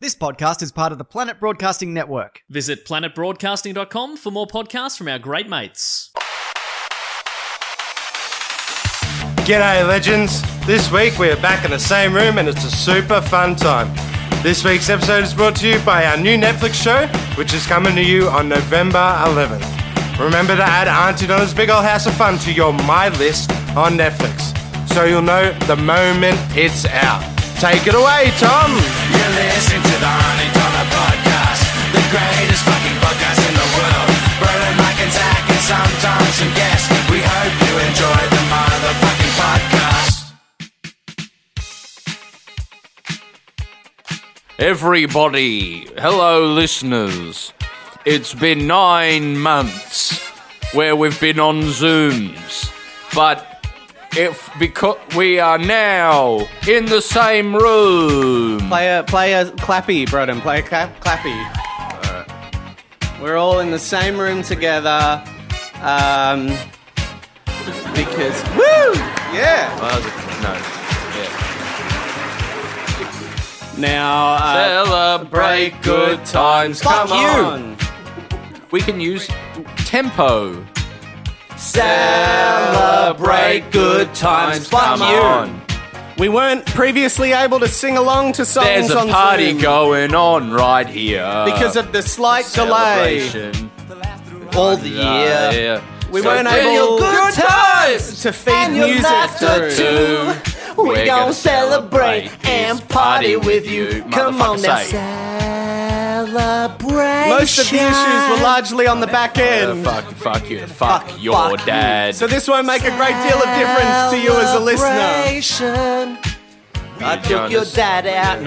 This podcast is part of the Planet Broadcasting Network. Visit planetbroadcasting.com for more podcasts from our great mates. G'day, legends. This week we are back in the same room and it's a super fun time. This week's episode is brought to you by our new Netflix show, which is coming to you on November 11th. Remember to add Auntie Donna's Big Old House of Fun to your My List on Netflix so you'll know the moment it's out. Take it away, Tom. You listen to the Honey Donna podcast, the greatest fucking podcast in the world. Brennan, Mike, and Zach, and sometimes some guests. We hope you enjoy the motherfucking podcast. Everybody, hello, listeners. It's been nine months where we've been on Zooms, but if because we are now in the same room, Play a play a clappy, Broden. Play a clap, clappy. We're all in the same room together. Um, because woo, yeah. Well, that was Uh, a- no. Now uh, celebrate good times. fuck Come you. on, we can use tempo. Celebrate good times. Fuck Come you. on. We weren't previously able to sing along to songs There's a on party Zoom going on right here because of the slight delay Celebration. all the Yeah. yeah. We So weren't feel able good times to feed music to through. do. We're gonna celebrate and party with you. Come on now, Most of the issues were largely on the back end. fuck, fuck you, fuck, your fuck you. dad. So this won't make a great deal of difference to you as a listener. I took your dad.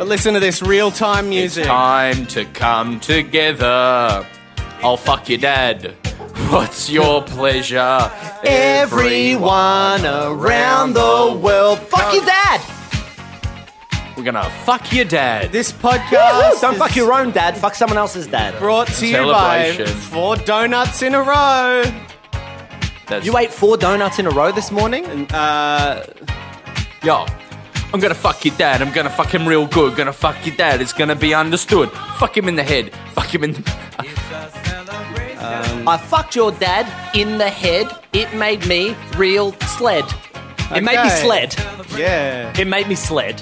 But listen to this real-time music. Time to come together. I'll fuck your dad. What's your pleasure? Everyone around the world. Fuck your dad! We're gonna fuck your dad. This podcast Don't is fuck your own dad, fuck someone else's dad. brought to you by Celebration. four donuts in a row. That's, uh, You ate four donuts in a row this morning? Yo, I'm gonna fuck your dad. I'm gonna fuck him real good. Gonna fuck your dad. It's gonna be understood. Fuck him in the head. Fuck him in the. I fucked your dad in the head. It made me real sled. It made me Okay. sled. Yeah. It made me sled.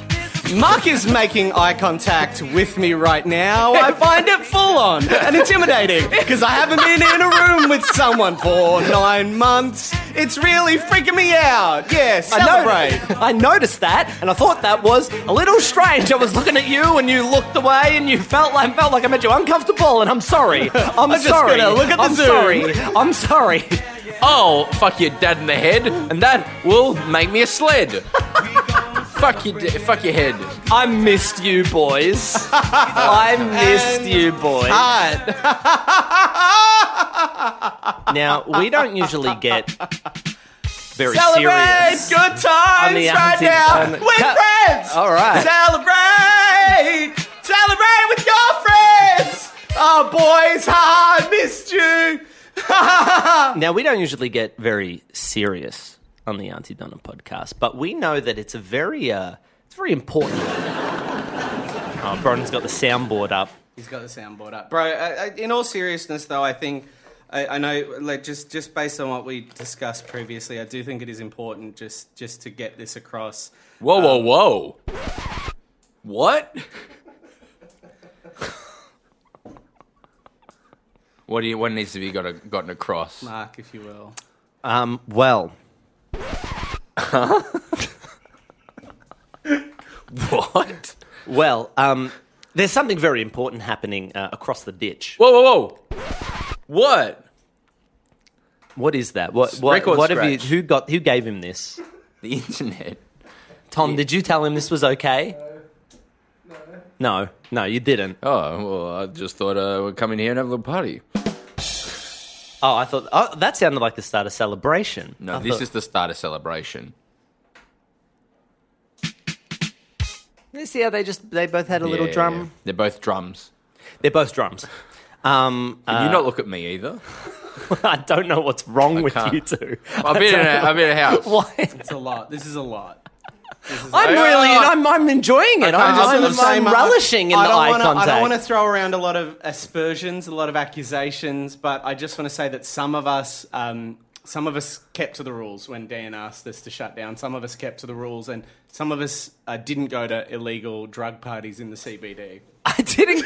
Mark is making eye contact with me right now. I find it full on and intimidating because I haven't been in a room with someone for nine months. It's really freaking me out. Yeah, celebrate. I, know, I noticed that, and I thought that was a little strange. I was looking at you, and you looked away, and you felt like felt like I made you uncomfortable. And I'm sorry. I'm, just sorry. gonna look at the I'm Zoom. sorry. I'm sorry. Oh, fuck your dad in the head, and that will make me a sled. fuck your da- fuck your head. I missed you, boys. I missed And you, boys. Hard. Now, we don't usually get very Celebrate serious. good times On the right hunting- now on the- with Cut. friends. All right. Celebrate! Celebrate with your friends! Oh, boys, ha, I missed you. Now, we don't usually get very serious on the Auntie Donna podcast, but we know that it's a very, uh, it's very important. Oh, Bron's got the soundboard up. He's got the soundboard up, bro. I, I, in all seriousness, though, I think I, I know, like just just based on what we discussed previously, I do think it is important just just to get this across. Whoa, whoa, whoa. What? what do you? What needs to be got gotten across? Mark, if you will. Um, well, What? well, um, there's something very important happening uh, across the ditch. Whoa, whoa, whoa. What? What is that? What? What? Record What have you? scratch. Who got? Who gave him this? The internet. Tom, did you tell him this was okay? No, no, you didn't. Oh well, I just thought uh, we'd come in here and have a little party. Oh, I thought oh, that sounded like the start of celebration. No, I this thought- is the start of celebration. You see how they just they both had a little Yeah, drum. yeah. They're both drums. They're both drums. Um, you not look at me either. I don't know what's wrong with can't. you two. I've been in a, I've been in a house. Why? It's a lot. This is a lot. I'm really, I'm, I'm enjoying it. I'm, I'm I'm, the same, I'm uh, relishing in I the don't eye wanna, contact. I don't want to throw around a lot of aspersions, a lot of accusations, but I just want to say that some of us, um, some of us kept to the rules when Dan asked us to shut down. Some of us kept to the rules, and some of us uh, didn't go to illegal drug parties in the CBD. I didn't.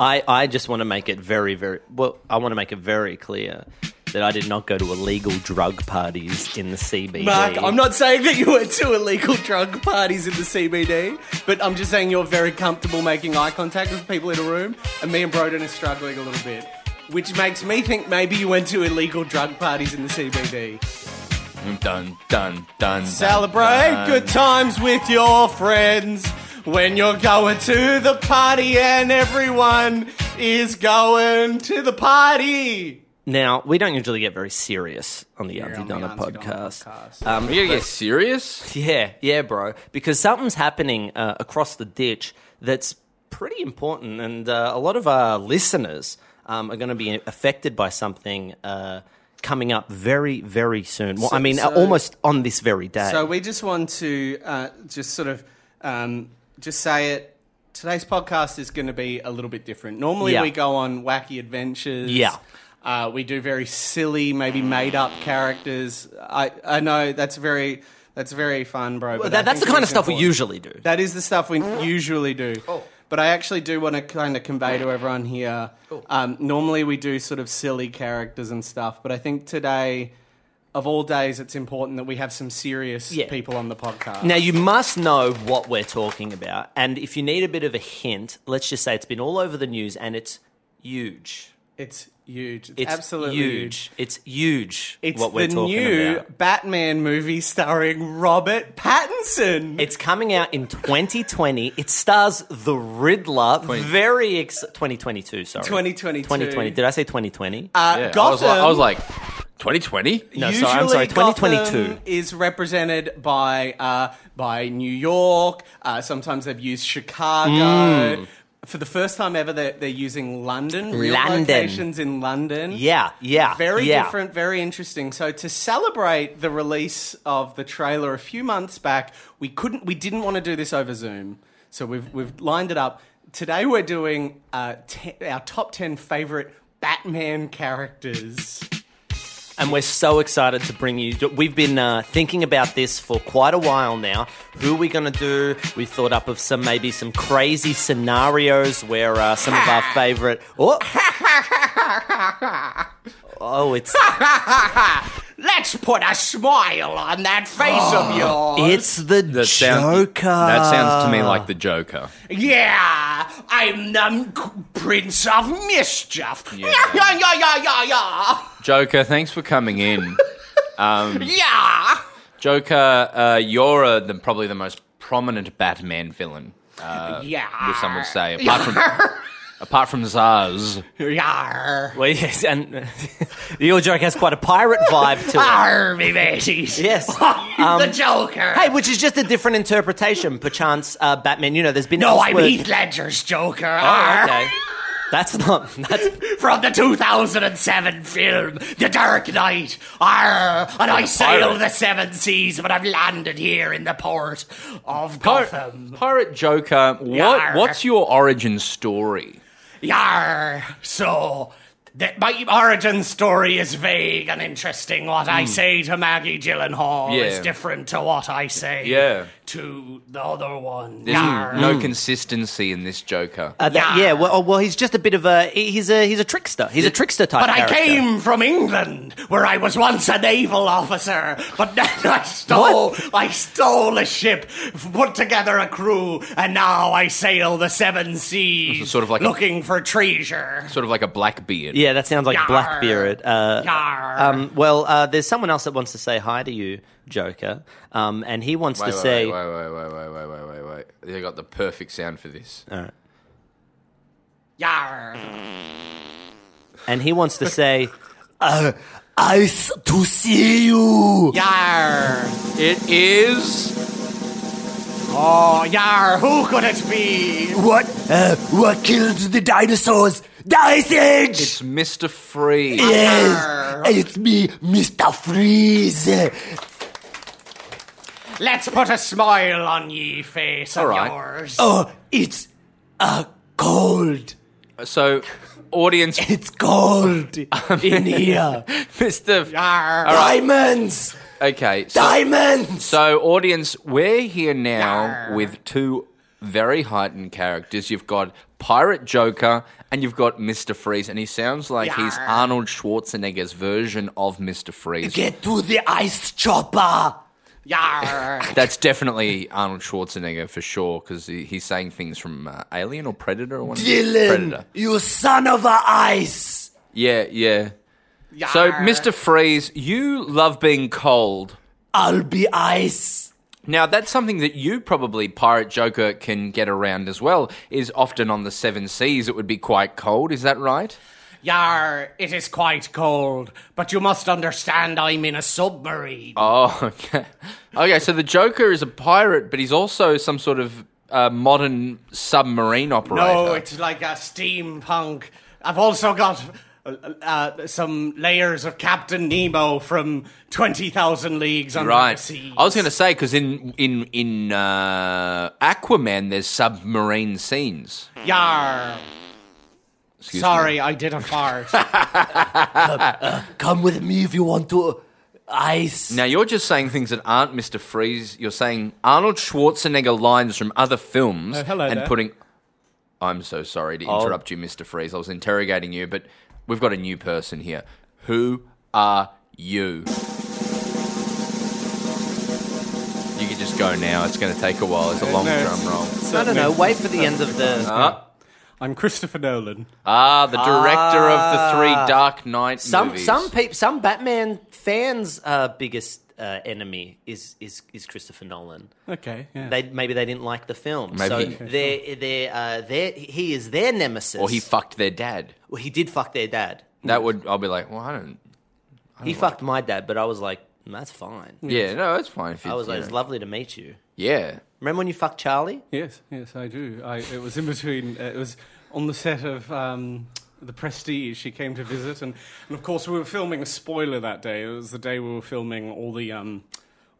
I, I just want to make it very, very well. I want to make it very clear that I did not go to illegal drug parties in the E. CBD. Mark, I'm not saying that you went to illegal drug parties in the CBD, but I'm just saying you're very comfortable making eye contact with people in a room, and me and Broden are struggling a little bit. Which makes me think maybe you went to illegal drug parties in the CBD. Dun dun dun. Celebrate dun. good times with your friends when you're going to the party and everyone is going to the party. Now we don't usually get very serious on the Auntie on the Donna Auntie Donna podcast. podcast. Um, Are you gonna get serious? yeah, yeah, bro. Because something's happening uh, across the ditch that's pretty important, and uh, a lot of our listeners um, are going to be affected by something. Uh, Coming up very, very soon. Well, I mean, uh so- almost on this very day. So we just want to uh, just sort of um, just say it. Today's podcast is going to be a little bit different. Normally Yeah. we go on wacky adventures. Yeah. Uh, we do very silly, maybe made up characters. I, I know that's very that's very fun, bro. Well, but I that, that's the think kind it's of stuff we important. usually do. That is the stuff we usually do. But I actually do want to kind of convey to everyone here. Um, normally we do sort of silly characters and stuff, but I think today, of all days, it's important that we have some serious Yeah. people on the podcast. Now, you must know what we're talking about. And if you need a bit of a hint, let's just say it's been all over the news and it's huge. it's huge. It's, It's absolutely huge. huge. It's huge It's what we're the talking new about. Batman movie starring Robert Pattinson. It's coming out in 2020. It stars the Riddler. Very ex- 2022, sorry. 2022. 2020. Did I say 2020? uh, Yeah, I was Gotham. like, I was like, 2020. no, sorry, I'm sorry. Usually 2022. Gotham is represented by uh, by New York. Uh, sometimes they've used Chicago. Mm. For the first time ever, they're, they're using London. Real London. locations in London. Yeah, yeah. Very yeah. different, very interesting. So to celebrate the release of the trailer a few months back, we couldn't, we didn't want to do this over Zoom. So we've we've lined it up. Today we're doing uh, te- our top ten favorite Batman characters. And we're so excited to bring you. We've been uh, thinking about this for quite a while now. Who are we going to do? We thought up of some maybe some crazy scenarios where uh, some of our favorite. Oh, oh, it's Let's put a smile on that face of yours. it's the That sounds. Joker. That sounds to me like the Joker. Yeah, I'm the c- Prince of Mischief. Yeah. yeah, yeah, yeah, yeah, yeah. Joker, thanks for coming in. Um, yeah. Joker, uh, you're uh, the, probably the most prominent Batman villain. Uh, Yeah. If some would say, apart from apart from Zaz. Yar. Well, yes, and your joke has quite a pirate vibe to it. Army matey. Yes. Um, the Joker. Hey, which is just a different interpretation, perchance. Uh, Batman, you know, there's been no, I'm elsewhere- Heath Ledger's Joker. Oh, Arr. okay. That's not. That's From the 2007 film, The Dark Knight. Arr, and I sail pirate. the seven seas, but I've landed here in the port of Gotham. Pirate, Pirate Joker, what Yar. what's your origin story? Yar! So, th- my origin story is vague and interesting. What I say to Maggie Gyllenhaal is Hmm. Yeah. different to what I say Yeah. to the other one. There's Yar! Mm. no consistency in this Joker. Uh, that, Yeah. yeah, well, oh, well, he's just a bit of a he- he's a he's a trickster. He's a trickster type. But I character. came from England, where I was once a naval officer. But then I stole, I stole a ship, f- put together a crew, and now I sail the seven seas, sort of like a- looking for treasure. Sort of like a Blackbeard. Yeah, that sounds like Yar. Blackbeard. Uh, Yar! um, well, uh, there's someone else that wants to say hi to you, Joker, um, and he wants Wait, to wait, say. wait, wait, wait, wait, wait, wait, wait, wait, wait. They got the perfect sound for this. Yar! And he wants to say, uh, I s- to see you. Yar! It is Oh, yar, who could it be? What? Uh, what killed the dinosaurs? The Ice Age. it's Mr. Free. Yes, it's me, Mr. Freeze. Let's put a smile on ye face All of right. yours. Oh, it's uh, cold. So, audience, It's cold in here. Mr. Arr. Diamonds! Okay, so, Diamonds! so audience, we're here now with two very heightened characters. You've got Pirate Joker and you've got Mr. Freeze, and he sounds like he's Yarr. Arnold Schwarzenegger's version of Mr. Freeze. Get to the ice chopper! Yarr. That's definitely Arnold Schwarzenegger for sure, because he, he's saying things from uh, Alien or Predator or one of- Predator. you son of a ice! Yeah, yeah. So, Mr. Freeze, you love being cold. I'll be ice. Now, that's something that you probably, Pirate Joker, can get around as well, is often on the seven seas it would be quite cold, is that right? Yar, it is quite cold, but you must understand I'm in a submarine. Oh, okay. Okay, so the Joker is a pirate, but he's also some sort of uh, modern submarine operator. no, Oh, it's like a steampunk. I've also got uh, uh, some layers of Captain Nemo from 20,000 Leagues Under Right. the Sea. I was going to say because in in in uh, Aquaman there's submarine scenes. Yar. Excuse Sorry, me. I did a fart. Come with me if you want to ice. Now you're just saying things that aren't Mr. Freeze. You're saying Arnold Schwarzenegger lines from other films Oh, hello and there. putting. I'm so sorry to interrupt you, Mr. Freeze. I was interrogating you, but we've got a new person here. Who are you? You can just go now. It's going to take a while. It's a long drum roll. No, no, no. Wait for the end of the. I'm Christopher Nolan. Ah, the director of the three Dark Knight Ah. some movies. some peop, some Batman fans' uh, biggest uh, enemy is, is is Christopher Nolan. Okay, yeah. They maybe they didn't like the film, Maybe. so they they uh, they he is their nemesis. or he fucked their dad. Well, he did fuck their dad. That would I'll be like, well, I don't. He fucked my dad, but I was like, "Mm, that's fine. Yeah, no, it's fine. If you, I was like, you it's know. lovely to meet you. yeah. Remember when you fucked Charlie? Yes, yes, I do. I, it was in between. Uh, it was on the set of um, The Prestige. She came to visit, and, and of course we were filming a spoiler that day. It was the day we were filming all the um,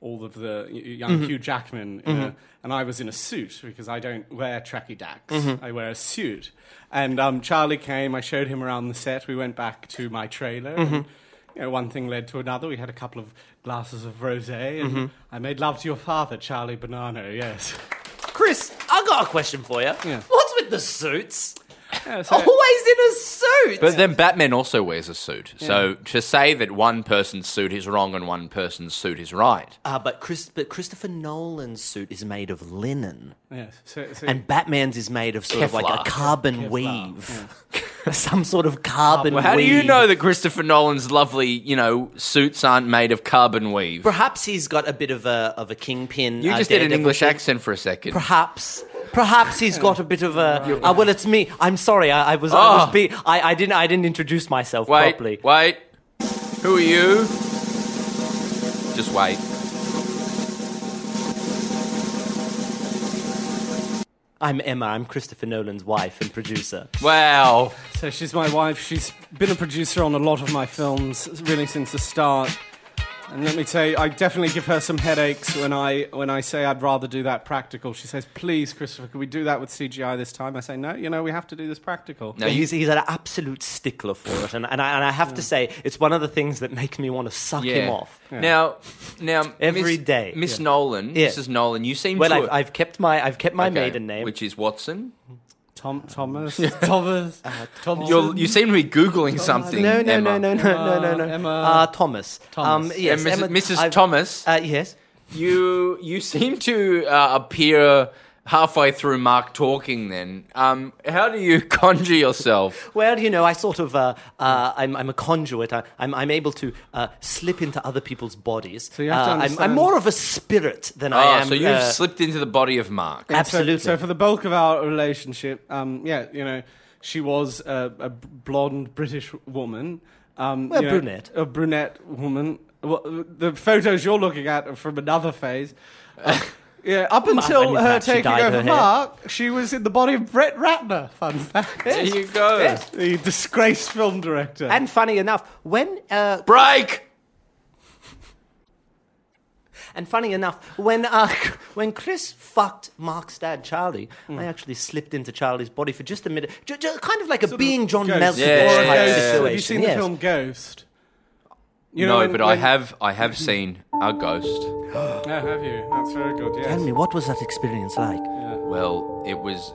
all of the y- young Hugh Jackman, in a, and I was in a suit because I don't wear tracky dacks. I wear a suit, and um, Charlie came. I showed him around the set. We went back to my trailer. And, you know, one thing led to another. We had a couple of glasses of rosé, and I made love to your father, Charlie Bonanno. Yes. Chris, I got a question for you. Yeah. What's with the suits? Yeah, so- Always in a suit. But then Batman also wears a suit. So to say that one person's suit is wrong and one person's suit is right. Ah, but Chris, but Christopher Nolan's suit is made of linen, Yes. So, so and Batman's is made of sort of like Kevlar. a carbon weave, some sort of carbon. Well, how do you weave. know that Christopher Nolan's lovely, you know, suits aren't made of carbon weave? Perhaps he's got a bit of a of a kingpin. you uh, just did an daredevil English thing. accent for a second. Perhaps. Perhaps he's got a bit of a. Ah, well, it's me. I'm sorry. I, I was. I Oh. was. Be, I, I didn't. I didn't introduce myself Wait, properly. wait. Who are you? Just wait. I'm Emma. I'm Christopher Nolan's wife and producer. Wow. So she's my wife. She's been a producer on a lot of my films, really since the start. And let me tell you, I definitely give her some headaches when I when I say I'd rather do that practical. She says, "Please, Christopher, could we do that with CGI this time?" I say, "No, you know, we have to do this practical." No, you, He's, he's an absolute stickler for it, and, and, I, and I have to say, it's one of the things that makes me want to suck him off. Now, now, Every Miss, day. Miss Nolan, Yeah. Mrs. Nolan, you seem Well, to I've, I've kept my I've kept my Okay, maiden name. which is Watson. Tom Thomas, Thomas, Thomas. You're, you seem to be googling something. Oh, no, no, Emma. no, no, no, no, no, no. Emma. Uh, Thomas. Thomas. Um, yes, And Mrs. Emma- Mrs. I've- Thomas, Uh, yes. you you seem to uh, appear halfway through Mark talking. Then, um, how do you conjure yourself? Well, you know, I sort of uh, uh, I'm, I'm a conduit. I, I'm I'm able to uh, slip into other people's bodies. So you have to I'm, I'm understand- Oh, more of a spirit than I Ah, am. so you've uh, slipped into the body of Mark. Yeah, so- Absolutely. So, for the bulk of our relationship, um, yeah, you know, she was a, a blonde British woman. Um, Well, you brunette. A brunette woman. Well, the photos you're looking at are from another phase. Uh, yeah, up I until knew her that. She taking dyed over her hair. Mark, she was in the body of Brett Ratner. Fun fact. There you go. The disgraced film director. And funny enough, when uh, Break. And funny enough, when uh, when Chris fucked Mark's dad, Charlie, Hmm. I actually slipped into Charlie's body for just a minute, ju- ju- kind of like a being John Ghost. Malkovich Yeah, type yeah, yeah. situation. Have you seen yes. the film Ghost? You no, when- but I when- have I have seen a ghost. Yeah, have you? That's very good. Yes. Tell me, what was that experience like? Well, it was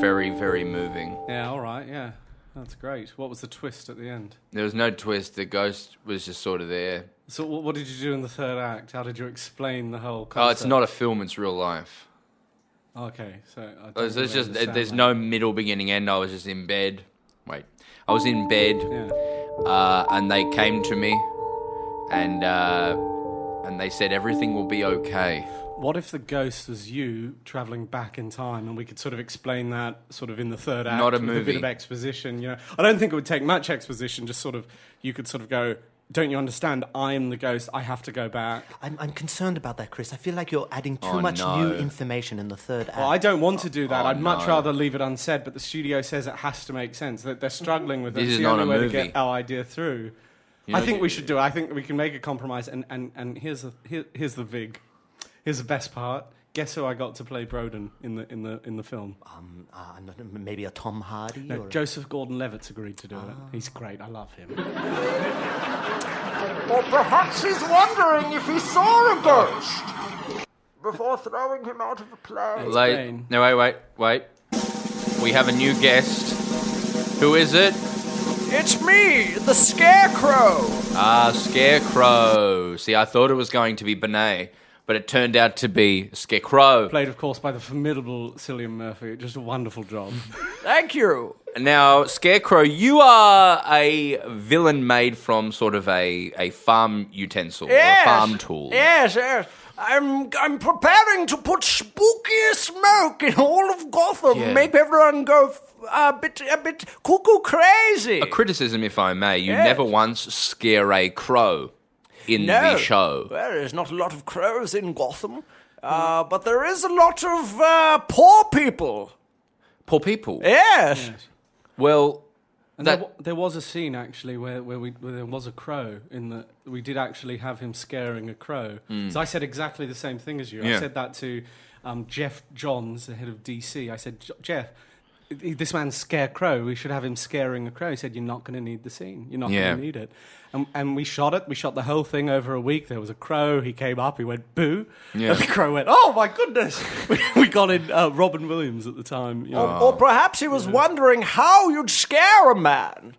very very moving. Yeah. All right. Yeah. That's great. What was the twist at the end? There was no twist. The ghost was just sort of there. So, wh- what did you do in the third act? How did you explain the whole? Concept? Oh, it's not a film. It's real life. Okay. So. I don't There's, there's really just understand there's that. no middle, beginning, end. I was just in bed. Wait, I was in bed, Oh, Yeah. uh, and they came to me, and uh, and they said everything will be okay. What if the ghost was you traveling back in time, and we could sort of explain that sort of in the third act? Not a with movie. bit of exposition. You know, I don't think it would take much exposition. Just sort of, you could sort of go. Don't you understand? I'm the ghost. I have to go back. I'm, I'm concerned about that, Chris. I feel like you're adding too Oh, much no. new information in the third act. Well, I don't want to do that. Oh, I'd much no. rather leave it unsaid, but the studio says it has to make sense. That they're struggling with it. This It's is the not only a way movie. to get our idea through. I know, think you- we should do. it. I think we can make a compromise. And and and here's the here, here's the vig. Here's the best part. Guess who I got to play Broden in the in the in the film? Oh, Um, uh, I'm not- maybe a Tom Hardy? No, or a- Joseph Gordon-Levitt's agreed to do it. Ah. He's great. I love him. Or perhaps he's wondering if he saw a ghost before throwing him out of a plane. Like, Explain. no, wait, wait, wait. We have a new guest. Who is it? It's me, the Scarecrow. Ah, Scarecrow. See, I thought it was going to be Benet, but it turned out to be Scarecrow. Played, of course, by the formidable Cillian Murphy. Just a wonderful job. Thank you. Now, Scarecrow, you are a villain made from sort of a, a farm utensil, Yes. a farm tool. Yes, yes. I'm I'm preparing to put spooky smoke in all of Gotham. Yeah. Make everyone go f- a bit a bit cuckoo crazy. A criticism, if I may, you Yes. never once scare a crow in no. the show. Well, there's not a lot of crows in Gotham, uh, but there is a lot of uh, poor people. Poor people. Eh? Yes. Well, And That- there, wa- there was a scene actually where, where, we, where there was a crow in the we did actually have him scaring a crow. So I said exactly the same thing as you. Hmm. Yeah. I said that to um, Jeff Johns, the head of DC. I said, "J- Jeff, i- this man's scarecrow. We should have him scaring a crow. He said, You're not going to need the scene. You're not Yeah. going to need it. And, and we shot it. We shot the whole thing over a week. There was a crow. He came up. He went boo. Yeah. And the crow went, Oh my goodness. we, we got in uh, Robin Williams at the time. Oh, You know. Or, Ah. or perhaps he was wondering how you'd scare a man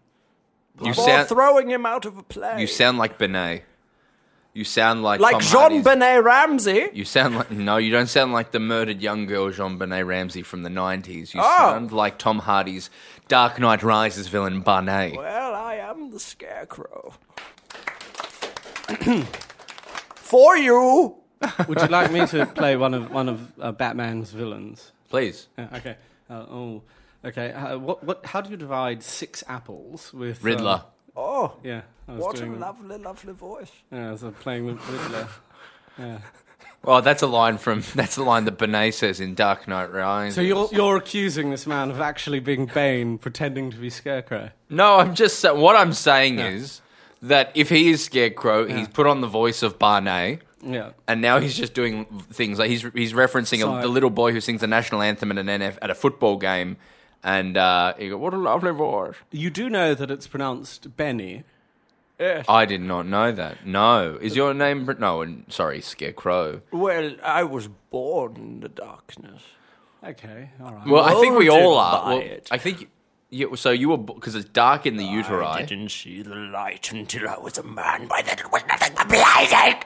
you before sound, throwing him out of a plane. you sound like Benet. You sound like like Tom Jean Hardy's- Benet Ramsey. You sound like no, you don't sound like the murdered young girl Jean Benet Ramsey from the nineties. You Oh. sound like Tom Hardy's Dark Knight Rises villain Barney. Well, I am the scarecrow. For you. Would you like me to play one of one of uh, Batman's villains? Please. Yeah, okay. Uh, oh, okay. Uh, what what? How do you divide six apples with um, Riddler. Oh, yeah, I was what a doing. lovely, lovely voice. yeah, I was uh, playing the Riddler. Oh, that's a line from that's a line that Benet says in Dark Knight Rises. so you're you're accusing this man of actually being Bane, pretending to be Scarecrow. No, I'm just sa- what I'm saying is that if he is Scarecrow, he's put on the voice of Barney. Yeah. And now he's just doing things like he's he's referencing a, Sorry. the little boy who sings the national anthem at an NF at a football game, and uh, he go, "What a lovely voice." You do know that it's pronounced Benny. I did not know that. No, is your name? Br- No, and- sorry, Scarecrow. Well, I was born in the darkness. Okay, all right. Well, I think we all Molded are. by Well, it. I think. You, so you were because it's dark in the uteri. Didn't see the light until I was a man. By then, it was nothing but blinding.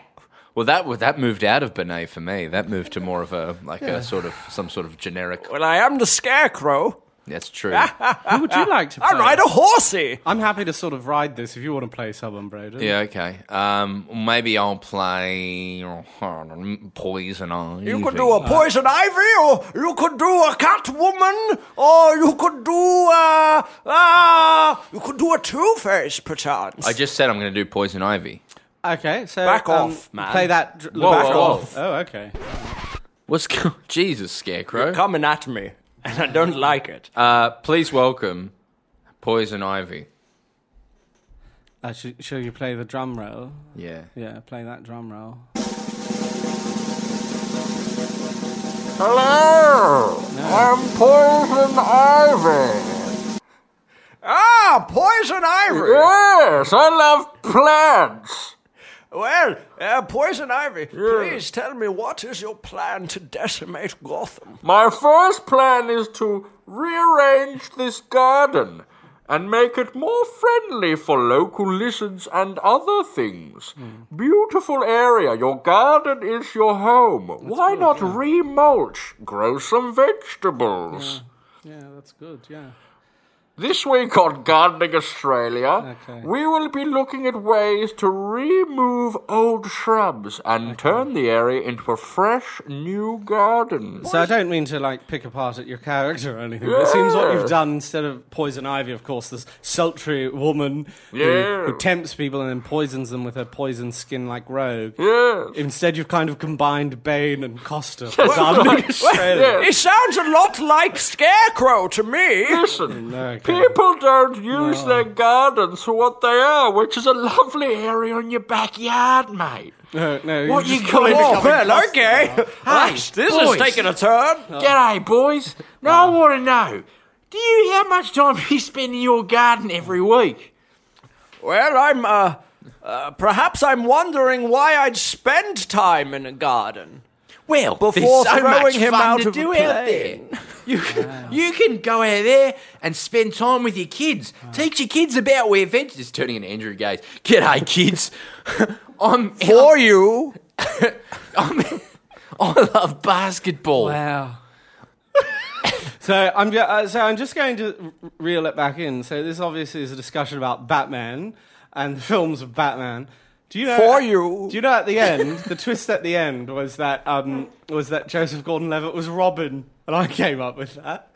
Well, that wa- that moved out of Benet for me. That moved to more of a like a sort of some sort of generic. Well, I am the scarecrow. That's true. Who would uh, you like to play? I ride a horsey. I'm happy to sort of ride this if you want to play someone, Braden. yeah. Okay. Um. Maybe I'll play oh, Poison Ivy. You could do Uh, a poison ivy, or you could do a Catwoman, or you could do a uh, you could do a Two Face, perchance. I just said I'm going to do Poison Ivy. Okay, so Back um, off, man. Play that. Dr- Whoa, back whoa, whoa. off. Oh, okay. What's go- Jesus Scarecrow? coming at me, and I don't like it. Uh, please welcome Poison Ivy. Uh, sh- shall you play the drum roll? Yeah. Yeah, play that drum roll. Hello, Oh. Um, I'm Poison Ivy. Ah, Poison Ivory. Yes, I love plants. Well, uh, Poison Ivy, please tell me what is your plan to decimate Gotham? My first plan is to rearrange this garden and make it more friendly for local lizards and other things. Beautiful area. Your garden is your home. Why not remulch? Grow some vegetables. Yeah, that's good. Yeah. This week on Gardening Australia, we will be looking at ways to remove old shrubs and turn the area into a fresh new garden. So I don't mean to like pick apart at your character or anything. But it seems what you've done instead of poison ivy, of course, this sultry woman who, Yeah. who tempts people and then poisons them with her poison skin like rogue. Yes. Instead, you've kind of combined Bane and Costa. for Gardening Australia. Yes. It sounds a lot like Scarecrow to me. Listen, Okay. people don't use their gardens for what they are, which is a lovely area in your backyard, mate. No, no, What you you just- calling Oh, it? well, okay. Gosh, this boys. is taking a turn. G'day, boys. Now I want to know, do you how much time you spend in your garden every week? Well, I'm, uh, uh, perhaps I'm wondering why I'd spend time in a garden. Well, Before there's so throwing much him fun out to of a do out there. plane. You can, you can go out there and spend time with your kids. Teach your kids about where veg is turning into Andrew Gaze. G'day, kids. I'm For you. I'm, I love basketball. Wow. So I'm ju- uh, so I'm just going to r- reel it back in. So this obviously is a discussion about Batman and the films of Batman. Do you know For you. Do you know at the end the twist at the end was that um, was that Joseph Gordon-Levitt was Robin, and I came up with that.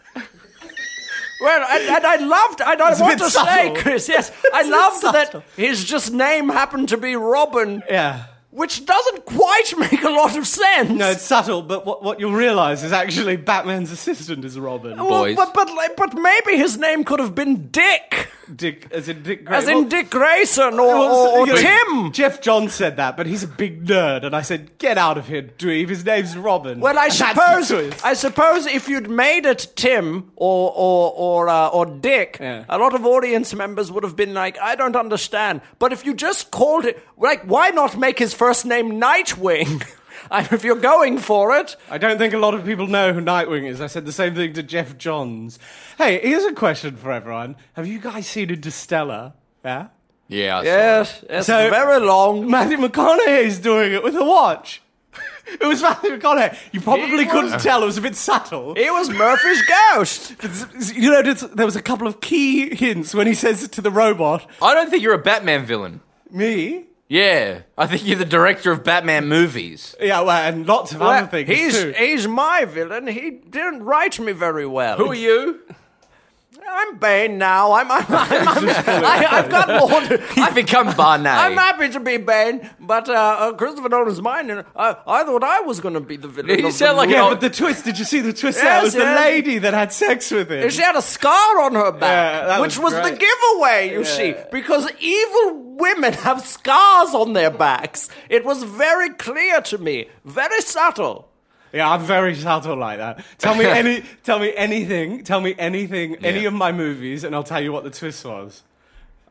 Well, and, and I loved, and I a want bit to subtle. say, Chris, yes, I loved that his just name happened to be Robin, Yeah. which doesn't quite make a lot of sense. No, it's subtle, but what, what you'll realise is actually Batman's assistant is Robin. Well, boys. But, but, like, but maybe his name could have been Dick, Dick, as in Dick Gray. as in Well, Dick Grayson or, well, or, or you know, Tim. Jeff John said that, but he's a big nerd, and I said, "Get out of here, dweeb. His name's Robin." Well, I And that's the suppose twist. I suppose if you'd made it Tim or or or uh, or Dick, Yeah. a lot of audience members would have been like, "I don't understand." But if you just called it, like, why not make his first name Nightwing? I- if you're going for it, I don't think a lot of people know who Nightwing is. I said the same thing to Jeff Johns. Hey, here's a question for everyone. Have you guys seen Interstellar? Yeah? Yeah. I saw yes, it's So- very long. Matthew McConaughey is doing it with a watch. it was Matthew McConaughey. You probably couldn't tell. It was a bit subtle. It was Murphy's ghost. you know, there's- there was a couple of key hints when he says to the robot, I don't think you're a Batman villain. me? Yeah, I think you're the director of Batman movies. Yeah, well, and lots of other things he's too. he's my villain. He didn't write me very well. Who are you? I'm Bane now. I'm I'm, I'm, I'm I, I've got more. to- I've become Barney. I'm happy to be Bane, but uh, uh, Christopher Nolan's mine, and uh, I thought I was going to be the villain. You of sound the like oh. movie. an yeah, old- but the twist, did you see the twist? Yes, That was yes. the lady that had sex with him. And she had a scar on her back, Yeah, that which was was the great. giveaway, you see, because evil women have scars on their backs. It was very clear to me, very subtle. Yeah, I'm very subtle like that. Tell me any, tell me anything, tell me anything, any of my movies, and I'll tell you what the twist was.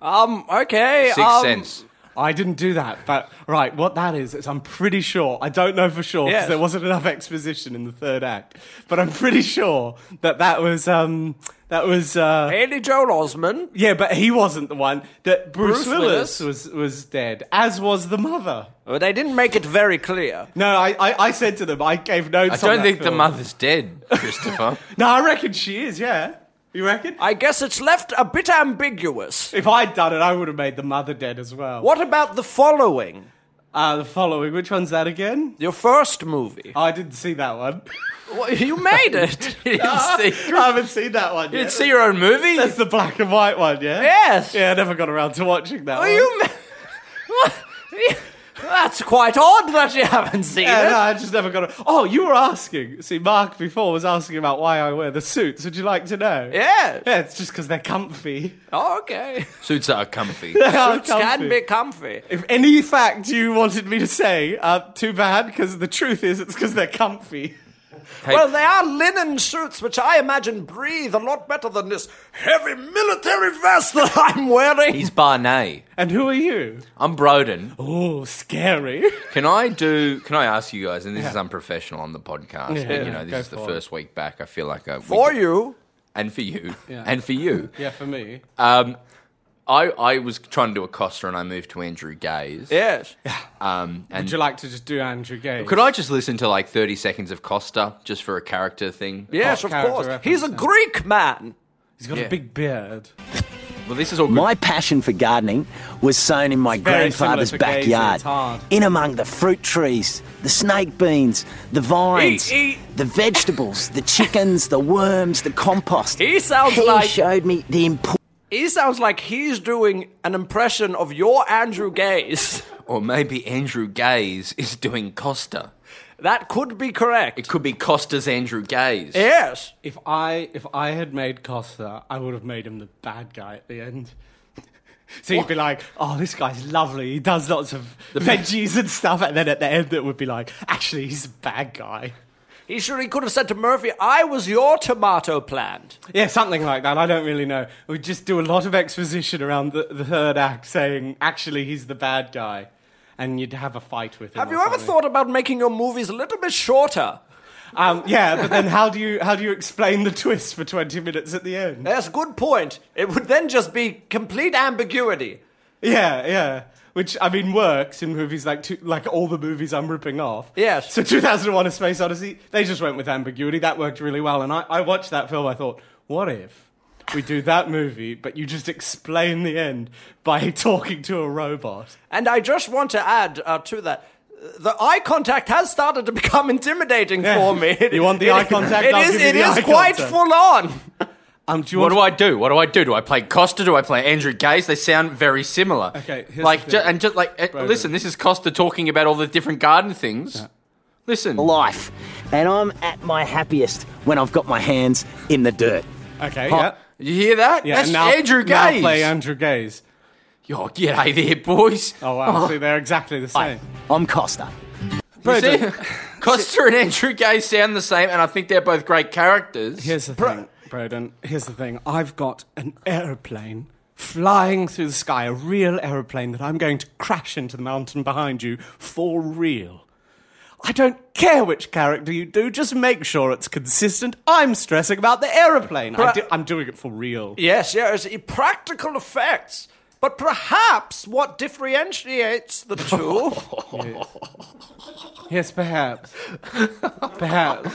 Um, okay. Sixth um, Sense. I didn't do that, but right, what that is is I'm pretty sure. I don't know for sure because Yes. there wasn't enough exposition in the third act, but I'm pretty sure that that was um that was uh Andy Joel Osmond. yeah, but he wasn't the one that Bruce, Bruce Willis, Willis? was was dead, as was the mother. But Uh, they didn't make it very clear. No, I I, I said to them, I gave I notes. on don't that think the film. mother's dead, Christopher. No, I reckon she is. Yeah, you reckon? I guess it's left a bit ambiguous. if I'd done it, I would have made the mother dead as well. What about the following? Uh, the following. Which one's that again? Your first movie. Oh, I didn't see that one. Well, you made it. you Uh, didn't see, I haven't seen that one you yet. didn't see your own movie? That's the black and white one, yeah? Yes. Yeah, I never got around to watching that Well, one. you. Ma- That's quite odd that you haven't seen yeah, it. no, I just never got. A- oh, you were asking. See, Mark before was asking about why I wear the suits. Would you like to know? Yes. Yeah, it's just because they're comfy. Oh, okay. Suits are comfy. They are Suits can comfy. be comfy. If any fact you wanted me to say, uh, too bad, because the truth is it's because they're comfy. Well, they are linen suits, which I imagine breathe a lot better than this heavy military vest that I'm wearing. He's Barney. And who are you? I'm Broden. Oh, scary. Can I do? Can I ask you guys? And this is unprofessional on the podcast, but you know this go is the for it. first week back. I feel like I, For you, and for you and for you. yeah, for me. Um, I I was trying to do a Costa, and I moved to Andrew Gaze. yes. Um, and Would you like to just do Andrew Gay? could I just listen to like thirty seconds of Costa just for a character thing? Yes, Pop of character course. reference, He's a yeah. Greek man. He's got Yeah. a big beard. Well, this is all. Good. My passion for gardening was sown in my very similar grandfather's to Gaze, backyard, it's hard. in among the fruit trees, the snake beans, the vines, He- he- the vegetables, the chickens, the worms, the compost. He sounds He like- showed me the importance. He sounds like he's doing an impression of your Andrew Gaze. or maybe Andrew Gaze is doing Costa. That could be correct. It could be Costa's Andrew Gaze. Yes. If I if I had made Costa, I would have made him the bad guy at the end. So you'd be like, "Oh, this guy's lovely. He does lots of veggies and stuff," and then at the end, it would be like, "Actually, he's a bad guy." He sure he could have said to Murphy, I was your tomato plant. Yeah, something like that. I don't really know. We just do a lot of exposition around the, the third act, saying, "Actually, he's the bad guy," and you'd have a fight with him. Have or you ever something. thought about making your movies a little bit shorter? Um, yeah, but then how do you how do you explain the twist for twenty minutes at the end? That's a good point. It would then just be complete ambiguity. Yeah, yeah. Which I mean works in movies like two, like all the movies I'm ripping off. Yes. So 2001: A Space Odyssey, they just went with ambiguity. That worked really well. And I, I watched that film. I thought, what if we do that movie, but you just explain the end by talking to a robot? And I just want to add uh, to that. uh, The eye contact has started to become intimidating for me. You want the eye contact? It I'll is. give you It the is eye quite contact. full on. Um, do you What want do I do? What do I do? Do I play Costa? Do I play Andrew Gaze? They sound very similar. Okay, here's like the thing. ju- and just like eh, Broden. listen, this is Costa talking about all the different garden things. Listen, life. And I'm at my happiest when I've got my hands in the dirt. Okay. Huh? you hear that? Yeah. yeah That's and now, Andrew now Gaze. play Andrew Gaze. Yo, get out of here, boys. Oh wow! See, they're exactly the same. I'm Costa. You see? Costa and Andrew Gaze sound the same, and I think they're both great characters. Here's the thing, Broden. Here's the thing. I've got an aeroplane flying through the sky, a real aeroplane that I'm going to crash into the mountain behind you for real. I don't care which character you do, just make sure it's consistent. I'm stressing about the aeroplane. I do, I'm doing it for real. Yes, yes, i- practical effects. But perhaps what differentiates the two Yes, perhaps. perhaps.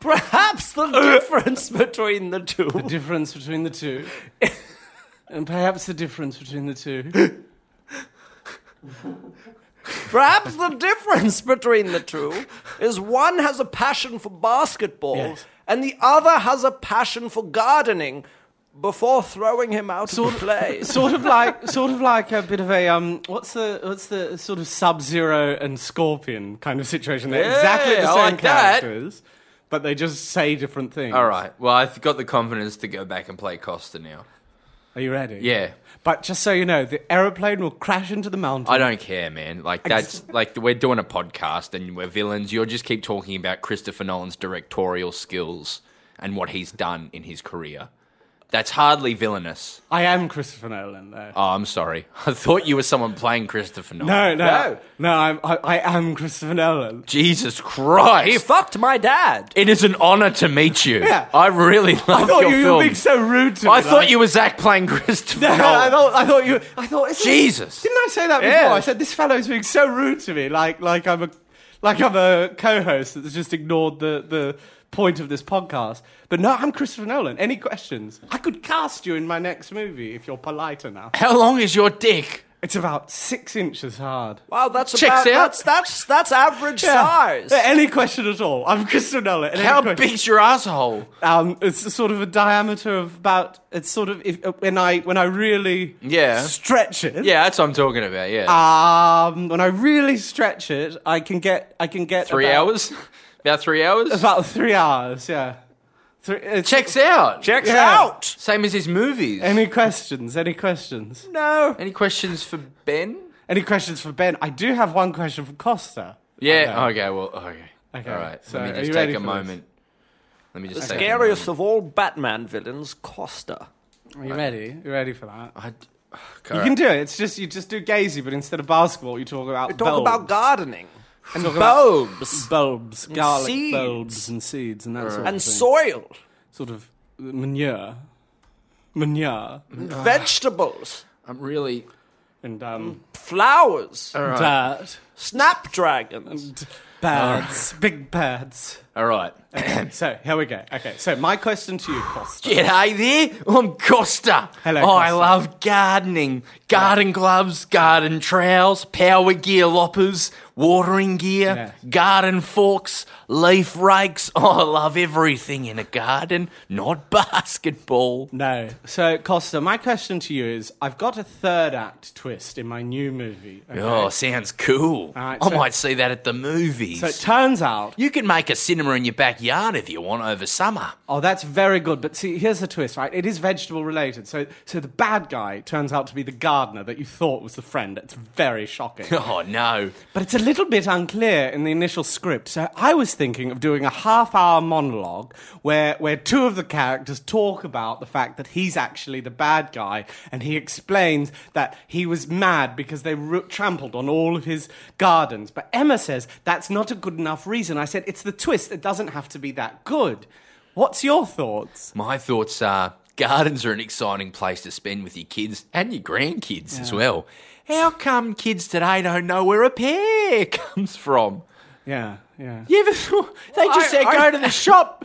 Perhaps the difference between the two. The difference between the two. and perhaps the difference between the two. Perhaps the difference between the two is one has a passion for basketball Yes. and the other has a passion for gardening before throwing him out of the play. sort of like sort of like a bit of a um what's the what's the sort of sub zero and scorpion kind of situation they're exactly the Yeah, I same like that. characters but they just say different things All right. Well, I've got the confidence to go back and play Costa now. are you ready Yeah. but just so you know the aeroplane will crash into the mountain I don't care, man. Like that's like we're doing a podcast and we're villains. You'll just keep talking about Christopher Nolan's directorial skills and what he's done in his career. That's hardly villainous. i am christopher nolan though Oh, I'm sorry. I thought you were someone playing Christopher Nolan. no no no, I'm, I, I am christopher nolan Jesus Christ. He fucked my dad. it is an honor to meet you. Yeah. I really love i thought your you were films. being so rude to me I thought like- you were Zach playing Christopher No, I Nolan. thought, I thought you. I thought isn't it- Jesus. Didn't I say that before? Yeah. I said this fellow is being so rude to me, like like I'm a like I'm a co-host that's just ignored the the point of this podcast. But no, I'm Christopher Nolan. Any questions? I could cast you in my next movie if you're polite enough. How long is your dick? It's about six inches hard. Wow, that's Checks about, out. That's, that's, that's average size. Yeah, Any question at all? I'm Christopher Nolan. and any How question- big's your asshole? Um, it's a sort of a diameter of about. It's sort of if, when I when I really Yeah. stretch it. Yeah, that's what I'm talking about. Yeah. Um, when I really stretch it, I can get I can get three about- hours? About three hours? About three hours, yeah. Three, it's- Checks out. Checks Yeah. out. Same as his movies. Any questions? Any questions? No. Any questions for Ben? Any questions for Ben? I do have one question for Costa. Yeah. Okay. Well. Okay. Okay, All right. so Let are me just you take ready a for this? moment. Let me The just take a moment. scariest of all Batman villains, Costa. Are you ready? You ready for that? you Alright. can do it. It's just you just do Gazy, but instead of basketball, you talk about We talk about gardening and Talk about bulbs bulbs, garlic seeds. bulbs, and seeds, and that sort of and thing. soil, sort of manure, manure, Mm. vegetables, I'm really. and um, flowers, Uh. All right. birds, snapdragons. birds, big birds. All right. So here we go. Okay, so my question to you, Costa. G'day there. I'm Costa. Hello, Oh, I Costa. love gardening. Garden gloves, garden trowels, power gear loppers, watering gear, Yeah. garden forks, leaf rakes. Oh, I love everything in a garden, not basketball. No. So Costa, my question to you is: I've got a third act twist in my new movie. okay? Oh, sounds cool. All right, I so- might see that at the movies. So it turns out you can make a cinema in your backyard if you want over summer. Oh, that's very good. But see, here's the twist, right? It is vegetable related. So, so the bad guy turns out to be the gardener that you thought was the friend. It's very shocking. Oh, no. but it's a little bit unclear in the initial script. So I was thinking of doing a half hour monologue where, where two of the characters talk about the fact that he's actually the bad guy and he explains that he was mad because they ru- trampled on all of his gardens. But Emma says that's not a good enough reason. I said, it's the twist. It doesn't have to be that good. What's your thoughts? My thoughts are gardens are an exciting place to spend with your kids and your grandkids as well. How come kids today don't know where a pear comes from? Yeah, yeah. You ever thought they just I- said I- go to the shop,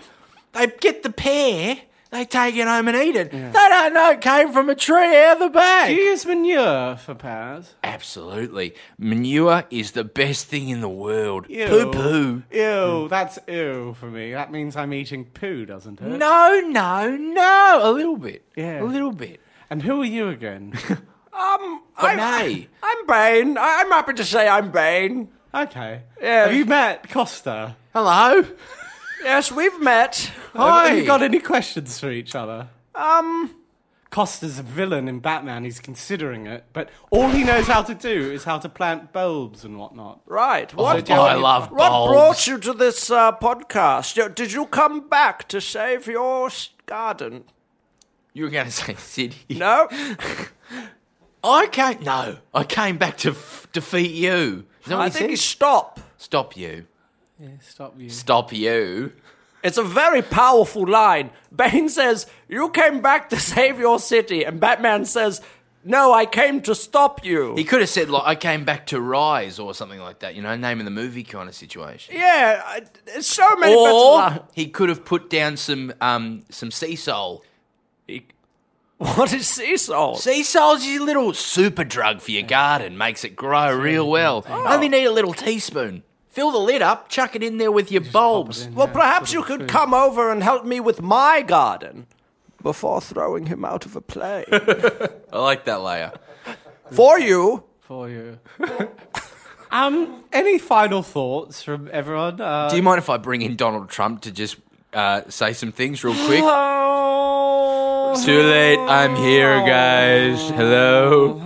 they get the pear, they take it home and eat it. They don't know it came from a tree out the back. Do you use manure for pears? Absolutely. Manure is the best thing in the world. Ew. Poo poo. Mm. Ew, that's ew for me. That means I'm eating poo, doesn't it? No, no, no. A little bit. Yeah. A little bit. And who are you again? But nay. I'm Bane. I- I'm happy to say I'm Bane. okay. Have you met Costa? Hello. Yes, we've met. Hi. Have you got any questions for each other? Um. Costa's a villain in Batman. He's considering it, but all he knows how to do is how to plant bulbs and whatnot. Right. What, Oh, I love what bulbs. brought you to this uh, podcast? You- Did you come back to save your s- garden? You were going to say Sydney. No. I came. No, I came back to f- defeat you. Is that what I he think said? it's stop. Stop you. Stop you. Stop you. It's a very powerful line. Bane says, You came back to save your city. And Batman says, No, I came to stop you. He could have said like I came back to rise or something like that. You know, name of the movie kind of situation. yeah, I, there's so many better li- Or he could have put down some um some sea salt. What is sea salt? Sea salt's your little super drug for your garden. Makes it grow real well. Only need a little teaspoon. Fill the lid up. Chuck it in there with your bulbs. well, perhaps you could come over and help me with my garden before throwing him out of a plane. I like that layer. For you, For you. um. Any final thoughts from everyone? Uh, Do you mind if I bring in Donald Trump to just uh, say some things real quick? Too late. I'm here, guys. Hello.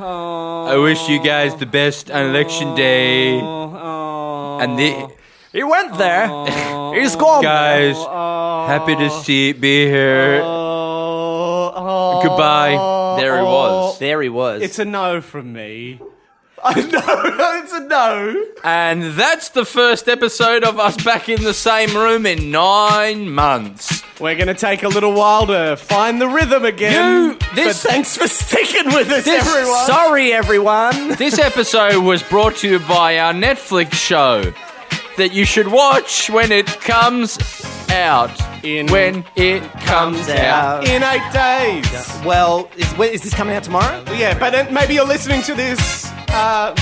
I Uh, wish you guys the best on election day. uh, And the he went there. He's gone. guys, happy to see be here. Oh, Goodbye. There he was. There he was. it's a no from me. I know. It's a no. And that's the first episode of us back in the same room in nine months. We're going to take a little while to find the rhythm again. You- this- but thanks for sticking with us, This- everyone. Sorry, everyone. This episode was brought to you by our Netflix show that you should watch when it comes out. In- when it comes out. uh, In eight days. Well, is, wait, is this coming out tomorrow? Yeah, but then maybe you're listening to this uh,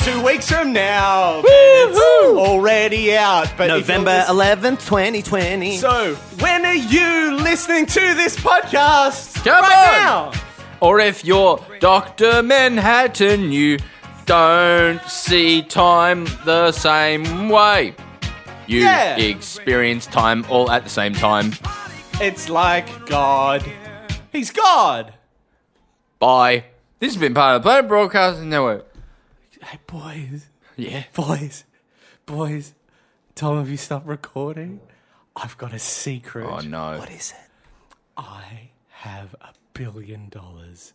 two weeks from now. and It's already out. But if you're November listening- 11th, 2020. So, when are you listening to this podcast? Come right on. now. Or if you're Dr. Manhattan, you don't see time the same way. You Yeah. experience time all at the same time. It's like God. He's God. Bye. This has been part of the Planet Broadcasting Network. Hey, boys. Yeah. Boys. Boys. Tom, have you stopped recording? I've got a secret. Oh, no. What is it? I have a billion dollars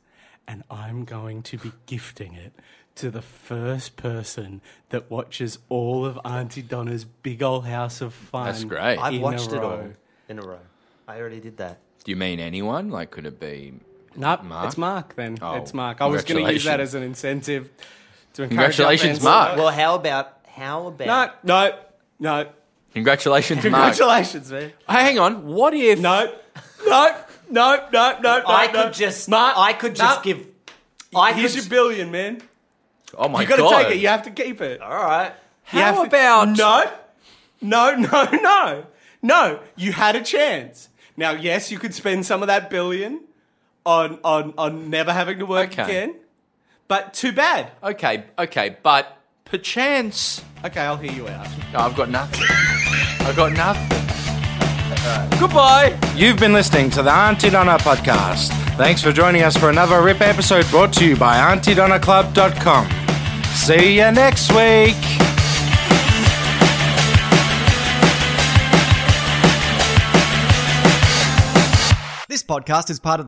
and I'm going to be gifting it to the first person that watches all of Auntie Donna's big old house of fun. I've in a watched it all row. in a row. I already did that. Do you mean anyone? Like, could it be? No, Mark? it's Mark then. Oh, it's Mark. I was going to use that congratulations. as an incentive to encourage our Congratulations, fans- Mark. Well, how about how about No, no, no. Congratulations, Mark. Congratulations, man. Hey, hang on. What if? No, no, no, no, no. I no. could just Mark, I could just Mark, give I could Here's your billion, man. Oh my You got god. to take it. You have to keep it. all right. You have How to- about? No, no, no, no, no. You had a chance. Now, yes, you could spend some of that billion on on on never having to work Okay. again. But too bad. Okay, okay, but perchance Okay, I'll hear you out. No, I've got nothing. I've got nothing. Goodbye. You've been listening to the Auntie Donna podcast. Thanks for joining us for another RIP episode brought to you by AuntieDonnaClub.com. See you next week. This podcast is part of